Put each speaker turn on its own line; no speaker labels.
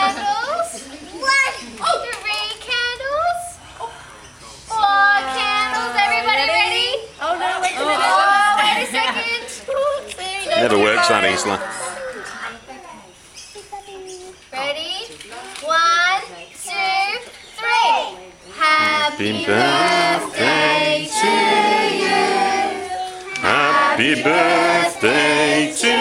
Oh, Oh,
Isla.
Ready? One, two, three. Happy
Happy birthday
birthday to you.
Happy birthday to